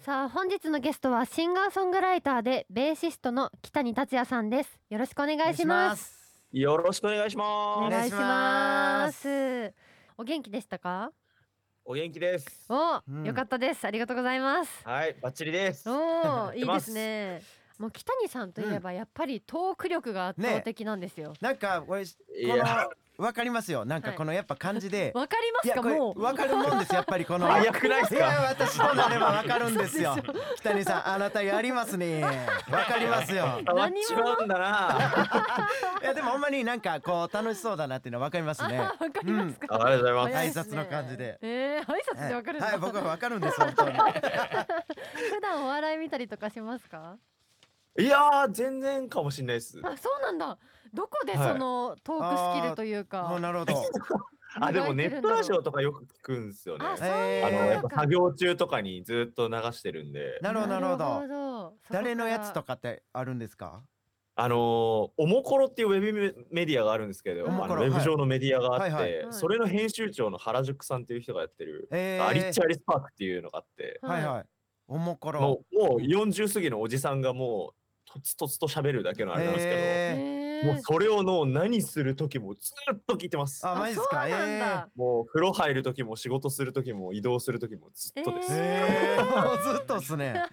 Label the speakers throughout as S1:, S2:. S1: さあ本日のゲストはシンガーソングライターでベーシストの北谷達也さんですよろしくお願いします
S2: す。
S3: よろしくお願いし
S1: お
S3: ま
S2: ね
S3: す。
S1: 願いしますお元気でしたか
S3: お元気です。
S1: お、
S2: うん
S1: よかったですありがとうございます
S3: はい、バッチリです。
S1: おーい
S3: て
S1: いで
S3: ますす
S1: ねもう北谷さんといえばやっぱりトーク力が圧倒的なんですよ、
S2: なんかこれこ
S3: いや、
S2: のわかりますよ。なんか
S1: はい
S2: このやっぱ感じで、
S1: わかりま
S2: い
S1: す
S2: や
S1: か
S2: これ
S1: もう
S2: わかるもんですやっぱりこの。
S3: 早くないです
S2: いや
S3: か。
S2: 私となればわかるんですよ
S1: そうで。
S2: 北谷さんあなたやりますね。わかりますよ。
S3: 伝わっちまうんだな。
S2: いやでもほんまになんかこう楽しそうだなっていうのはわかりますね。
S1: わかりますか、
S3: ありがとうございます。
S1: 早いですね
S2: 挨拶の感じで
S1: えー、挨拶でわかるんだ、
S2: はい僕はわかるんです本 当に。
S1: 普段お笑い見たりとかしますか
S3: いやー、全然かもしれないです。
S1: あそうなんだどこで
S3: はい
S1: そのトークスキルというか、
S2: もうなるほど。
S3: あ、でもネットラジオ
S1: オ
S3: とかよく聞くんですよね。
S1: あそう
S2: え
S3: あの、
S1: ー
S3: やっぱ作業中とかにずっと流してるんで。
S2: なるほどなるほど。
S1: ど
S2: 誰のやつと
S1: か
S2: かってあるんですか。
S3: あのー、おもころっていうウェブメディアがあるんですけど、
S2: お
S3: あ
S2: も
S3: の
S2: こ
S3: ウ
S2: ろ
S3: ェブ上のメディアがあっ
S2: はい
S3: て
S1: は、い
S3: それの編集長の原宿さんっていう人がやってる、
S2: え
S3: あリッチアリスパークっていうのがあって、
S2: はいはい。おもころ。
S3: もうもう40過ぎのおじさんがもう、とつとつと喋るだけのあれなんですけど、
S1: い
S2: え
S1: えー、
S3: もうそれをの何する時もずっと聞いてます。
S2: あマジですか。
S1: そうなんだ、
S3: もう風呂入る時も仕事する時も移動する時もずっとです。
S2: えーえー、 もうずっとっすね。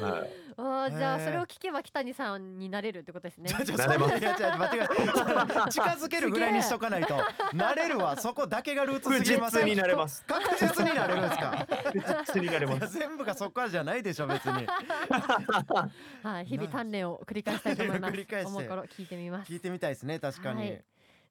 S3: はい。
S1: あーじゃあ
S2: へー
S1: それを聞けば北谷さんになれるってことですね
S2: ちょちょ
S3: 慣れます
S2: そんないやちょ待ってください。近づけるぐらいにしとかないと慣れるわ。そこだけがルーツ
S3: 確
S2: すぎませ
S3: 実
S2: ん。
S3: になれます。
S2: 確実になれるんです か。
S3: 確実になれ
S2: い
S3: ま
S2: や
S3: す。
S2: 全部がそこからじゃないでしょ 別に。
S1: はい、日々鍛錬を繰り返したいと思います
S2: 繰り返して
S1: おもころ聞いてみます
S2: 聞いてみたいですね 確かに。
S1: はい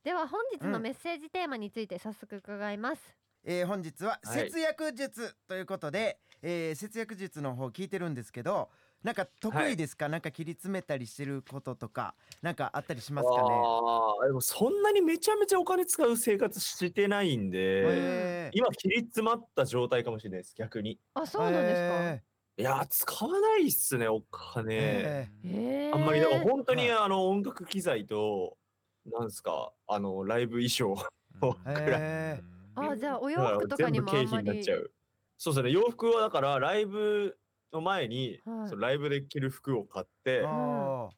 S1: では本日
S2: う
S1: の
S2: ん
S1: メッセージテーマについて早速伺います、
S2: えー本日は
S3: はい
S2: 節約術ということで、えー節約術の方聞いてるんですけど。なんか得意ですか、なんか切り詰めたりしてることとかなんかあったりしますかね
S3: ああ、でもそんなにめちゃめちゃお金使う生活してないんで、
S2: えー
S3: 今切り詰まった状態かもしれないです。逆に。
S1: あそうなんですか、
S2: え
S3: いやー、使わないっすね、お
S2: ー
S3: 金。
S2: えー
S1: えー
S3: あんまり、だから本当に
S2: は
S3: あの音楽機材と、なんですか、あのライブ衣装。
S4: うん
S3: 僕ら
S2: え
S1: あじゃあお洋
S3: だから
S1: 服とかにもあん
S3: 全部経
S1: ま
S3: 費になっ
S1: り
S3: ちゃうそうですね洋服はだからライブの前に、
S1: はい
S3: そのライブで着る服を買って
S2: ーあ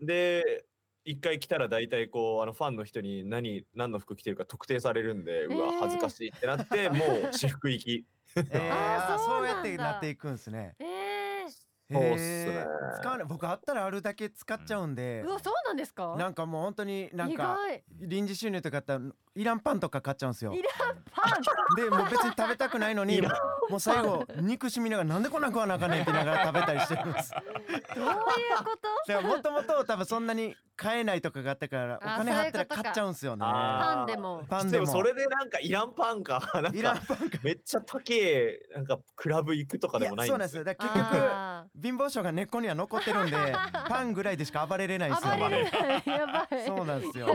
S3: で一回着たら大体こうあのファンの人に何何の服着てるか特定されるんで、う
S1: え
S3: わ
S1: ー
S3: 恥ずかしいってな ってもう私服行き
S2: ーえー
S1: あーそう
S2: そうやって
S1: なんだ
S2: なっていくんですね
S1: え
S3: そうっすね
S2: へー使わない僕あったらあるだけ使っちゃうんで
S1: ー、うわそうなんですか
S2: なんかもう本当になんか
S1: 意外
S2: 臨時収入とかあったらいらんパンとか買っちゃうんですよ
S1: いパン
S2: でもう別に食べたくないのに
S3: いらん
S2: もう最後憎しみながらなんでこんな食わなあかんねんって言いながら食べたりしてるん です
S1: どういうこと
S2: でももともと多分そんなに買えないとかがあったからお
S1: あ
S2: 金払った
S1: そうい
S2: ら
S1: うことか
S2: 買っちゃうんですよね
S3: あ
S1: パンでも
S2: パンで
S3: で
S2: も
S3: もそれでなんかいらんパンかなん
S2: いらん
S3: か
S2: パン買
S3: めっちゃ高えなんかクラブ行くとか
S2: い
S3: で
S2: や
S3: もない
S2: そうんな
S3: で
S2: んです
S3: す
S2: よ
S3: よ
S2: だから 結局
S1: あ
S2: 貧乏症が根っこには残ってるんで パンぐらいでしか暴れれないんですよ
S1: ー暴れる やばい
S2: そうなんですよ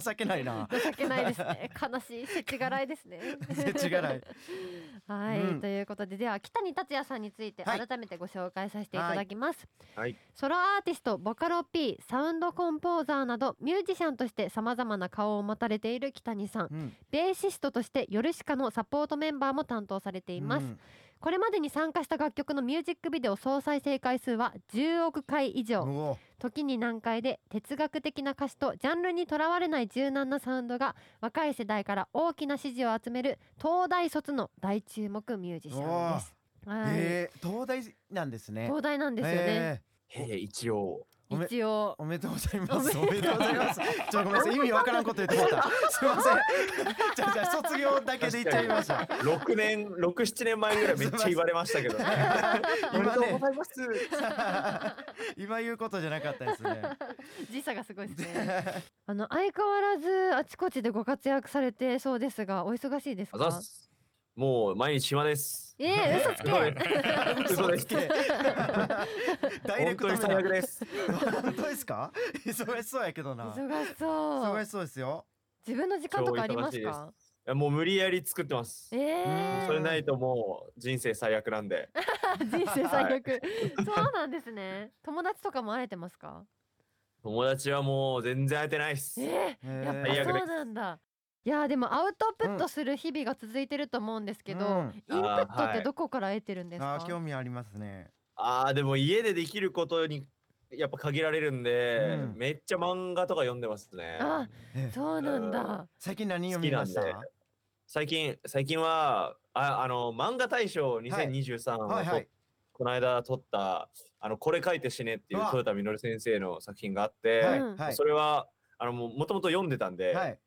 S2: 情けないな
S1: 情けないですね悲しい世知辛いですね
S2: 世知辛い
S1: はい、
S2: うん
S1: ということででは北谷達也さんについて
S2: はい
S1: 改めてご紹介させていただきます、
S3: はい
S1: ソロアーティストボカロ P サウンドコンポーザーなどミュージシャンとしてさまざまな顔を持たれている北谷さん
S2: うん
S1: ベーシストとしてヨルシカのサポートメンバーも担当されています、
S2: うん
S1: これまでに参加した楽曲のミュージックビデオ総再生回数は10億回以上
S2: うお
S1: 時に難解で哲学的な歌詞とジャンルにとらわれない柔軟なサウンドが若い世代から大きな支持を集める東大卒の大注目ミュージシャンです。はい、
S2: えー東大なんですね
S1: 東大なんですよね、
S2: えー
S3: へえ一応
S2: おめ
S1: 一応
S2: おめでとうございます。
S1: お
S2: お
S1: め
S2: め
S1: で
S2: で
S1: と
S2: と
S1: う
S2: う
S1: ご
S2: ご
S1: ざい
S2: ざい
S1: ま
S2: ますす。ちょっとごめんなさい。意味わからんこと言ってもらった。すいません。 じゃあじゃあ卒業だけで言っちゃいました。
S3: 6年67 年前ぐらいめっちゃ言われましたけどおめで
S2: 今
S3: とうご
S2: ね、
S3: ざいます
S2: 今言うことじゃなかったですね。
S1: 時差がすごいですね あの相変わらずあちこちでご活躍されてそうですがお忙しいです
S3: あざっ
S1: か
S3: すもう毎日暇です
S1: ええ嘘つけ
S3: 嘘です
S2: つけ。ダイレクトメ
S3: 本当に最悪
S2: ール
S3: です。
S2: 本当ですか？忙しそうやけどな。
S1: 忙しそう
S2: 忙しそうですよ。
S1: 自分の時間とかあります
S3: 超忙し
S1: か
S3: いやもう無理やり作ってます。
S1: ええ
S3: それないともう人生最悪なんで。
S1: 人生最悪そうなんですね友達とかも会えてますか
S3: 友達はもう全然会えてないっす。
S1: ええ
S2: え
S1: やっぱ
S2: ー
S3: 最悪です
S1: そうなんだいやーでもアウトプットする日々が続いてると思うんですけど、
S2: うん
S1: インプット
S3: あー
S1: っ
S3: は
S1: て
S3: い
S1: どこから得てるんですか、
S2: あー興味ありますね
S3: ああでも家でできることにやっぱ限られるんで、
S2: うん
S3: めっちゃ漫画とか読んでますね。
S1: あ
S2: え
S1: そうなんだ
S2: 最近何読みました
S3: 好きなん最近最近はああの漫画大賞
S2: はい
S3: 2023をと、
S2: はいはい
S3: この間撮ったあのこれ書いて死ねっていう
S2: うわ
S3: 豊田稔先生の作品があって、
S2: はい
S1: うん
S2: はい
S3: それはあのもともと読んでたんで、
S2: はい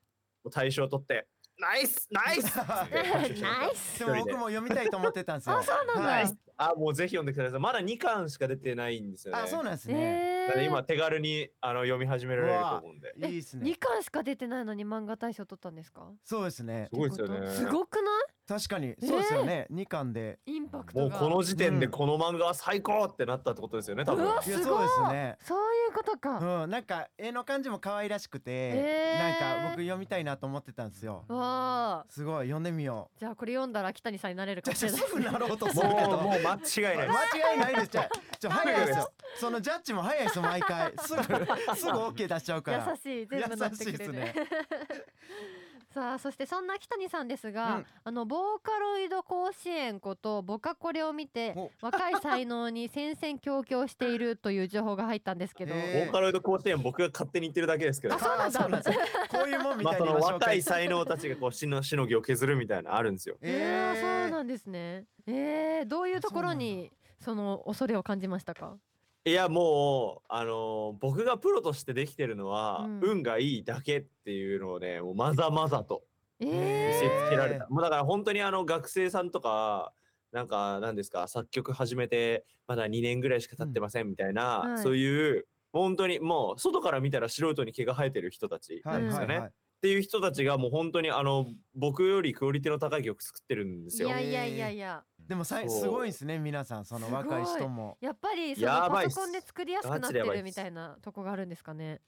S3: もう大賞取ってナイスナイ ス
S1: ナイ
S2: で
S1: ス
S2: も僕も読みたいと思ってたんですよ
S1: あそうなんだ
S2: はい
S1: ナイス
S3: あもうぜひ読んでくださいまだ2巻しか出てないんですよね
S2: あそうなんですね
S1: え
S3: だか
S1: ー、
S3: ら今手軽にあの読み始められると思うんで
S2: いいですね
S1: 2巻しか出てないのに漫画大賞取ったんですか
S2: そうですね
S3: すごいですよ
S1: ってこ
S3: ね
S1: とすごくな
S2: 確かにそうですよね二巻で
S1: いインパク
S3: も
S1: ト
S3: う
S1: が
S3: この時点で
S2: うん
S3: この漫画は最高ってなったってことですよね多
S1: う
S3: 分
S1: わ
S2: い
S1: す
S2: や
S1: ごい
S2: そうですね
S1: そういうことか、
S2: うん、なんか絵の感じも可愛らしくて、
S1: えー
S2: なんか僕読みたいなと思ってたんですよ。
S1: わあ
S2: すごい読んで みよ
S1: じゃあこれ読んだら秋谷さんになれる
S2: う。
S1: かもし
S2: じゃ
S1: れ
S2: あ
S1: ない
S2: すぐなろうとす
S3: も
S2: るけど。
S3: うもう間違いないです
S2: 間違いないです。じゃあちょ早いですよ。そのジャッジも早いですよ毎回。すぐすぐ OK 出しちゃうから。
S1: 優しい全部なってくれる、
S2: 優しい
S1: さあそしてそんな北谷さんですが、
S2: うん
S1: あのボーカロイド甲子園ことボカコレを見て
S2: お
S1: 若い才能に戦々恐々しているという情報が入ったんですけど、
S2: へ
S3: ボーカロイド甲子園僕が勝手に言ってるだけですけど
S1: あそうなんだ
S2: あですよこういうもんみ
S3: まあ
S2: たい
S3: そ
S2: に今
S3: の
S2: 紹
S3: 若
S2: 介。
S3: い才能たちがこうしのしのぎを削るみたいなのあるんですよ。
S1: えー、そう
S2: え
S1: なんですねえー、どういうところにその恐れを感じましたか
S3: いやもうあのー僕がプロとしてできてるのは、
S1: うん
S3: 運がいいだけっていうのをねもうまざま ざと
S1: え
S3: 見せ
S1: ー、
S3: つけられた、
S2: へ
S3: もうだから本当にあの学生さんとかなんか何ですか作曲始めてまだ2年ぐらいしか経ってませんみたいな、
S1: はい
S3: そういう本当にもう外から見たら素人に毛が生えてる人たち
S2: ーはい
S1: うん
S2: はいはい。
S3: っていう人たちがもう本当にあの僕よりクオリティの高い曲作ってるんです
S1: い
S3: よ。
S1: やいやいやいや
S2: でもさい
S3: そう
S2: すごいですね皆さんその若い
S1: すごい
S2: 人も。
S1: やっぱりその
S3: やばい
S1: パ
S3: っす
S1: ソコンで作りやすくな
S3: ガ
S1: っ
S3: チ
S1: て
S3: でやばい
S1: る
S3: っす
S1: みたいなとこがあるんですかね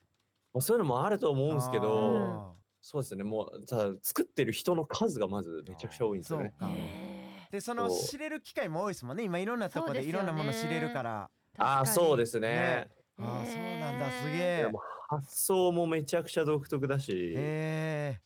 S3: まあそういうのもあると思うんですけど、
S2: あ
S3: そうですねもうただ作ってる人の数がまずめちゃくちゃ多い
S2: ー
S3: んですよ
S2: そう
S3: ね。
S2: か。
S1: え
S2: でその
S3: そう
S2: 知れる機会も多いですもんね今いろんなとこ
S1: そうで
S2: ですい
S1: よね
S2: ろんなもの知れるから。
S1: ー、。
S3: ああそうですすね
S2: ね。ああそうなんだすげ
S3: いや
S2: え
S3: も。う発想もめちゃくちゃ独特だし、
S2: え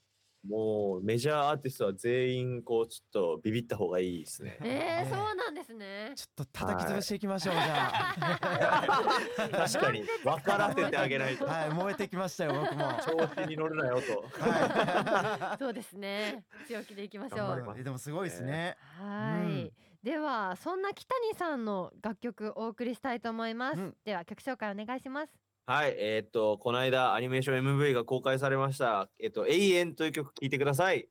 S3: もうメジャーアーティストは全員こうちょっとビビった方がいいですね
S1: えー、
S2: ね
S1: そうなんですね
S2: ー、ちょっと叩き潰していきましょう、じゃ
S3: 確かに分からせてあげないと
S2: あはい燃えてきましたよ僕 も
S3: 調子に乗るなよと。
S2: は
S1: そうですね強気でいきましょ
S3: 頑張
S1: う
S3: りま
S2: い、でもすごいですね、
S1: はーい、
S2: うん
S1: ではそんな北谷さんの楽曲お送りしたいと思います、
S2: うん
S1: では曲紹介お願いします
S3: はい、えーっと、この間アニメーション MV が公開されました。えっと、永遠という曲聴いてください。